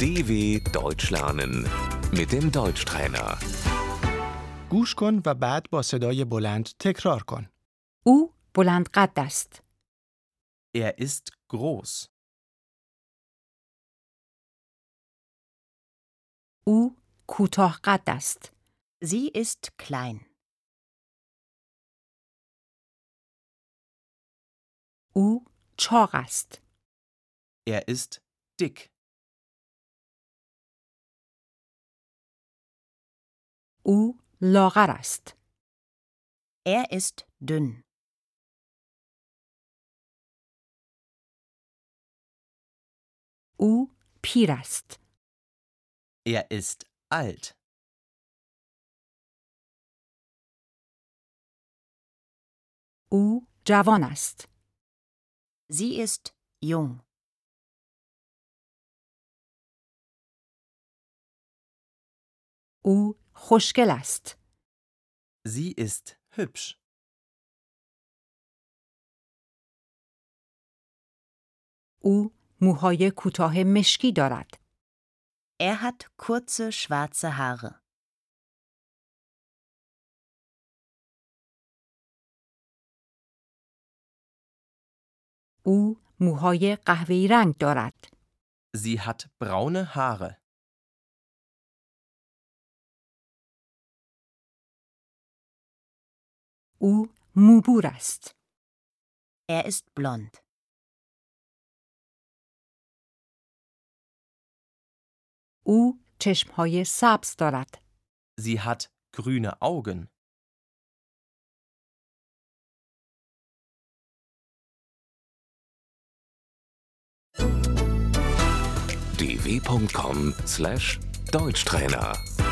DW Deutsch lernen mit dem Deutschtrainer. گوش کن و بعد با صدای بلند تکرار کن. او بلند قد است. Er ist groß. او کوتاه قد است. Sie ist klein. او چاق است. Er ist dick. او لاغر است. Er ist dünn. او پیر است. Er ist alt. او جوان است. Sie ist jung. او خوشگل است. Sie ist hübsch. او موهای کوتاه مشکی دارد. Er hat kurze schwarze Haare. او موهای قهوه‌ای رنگ دارد. Sie hat braune Haare. او موبور است. Er ist blond. او چشمهای سبز دارد. Sie hat grüne Augen. dw.com/deutschtrainer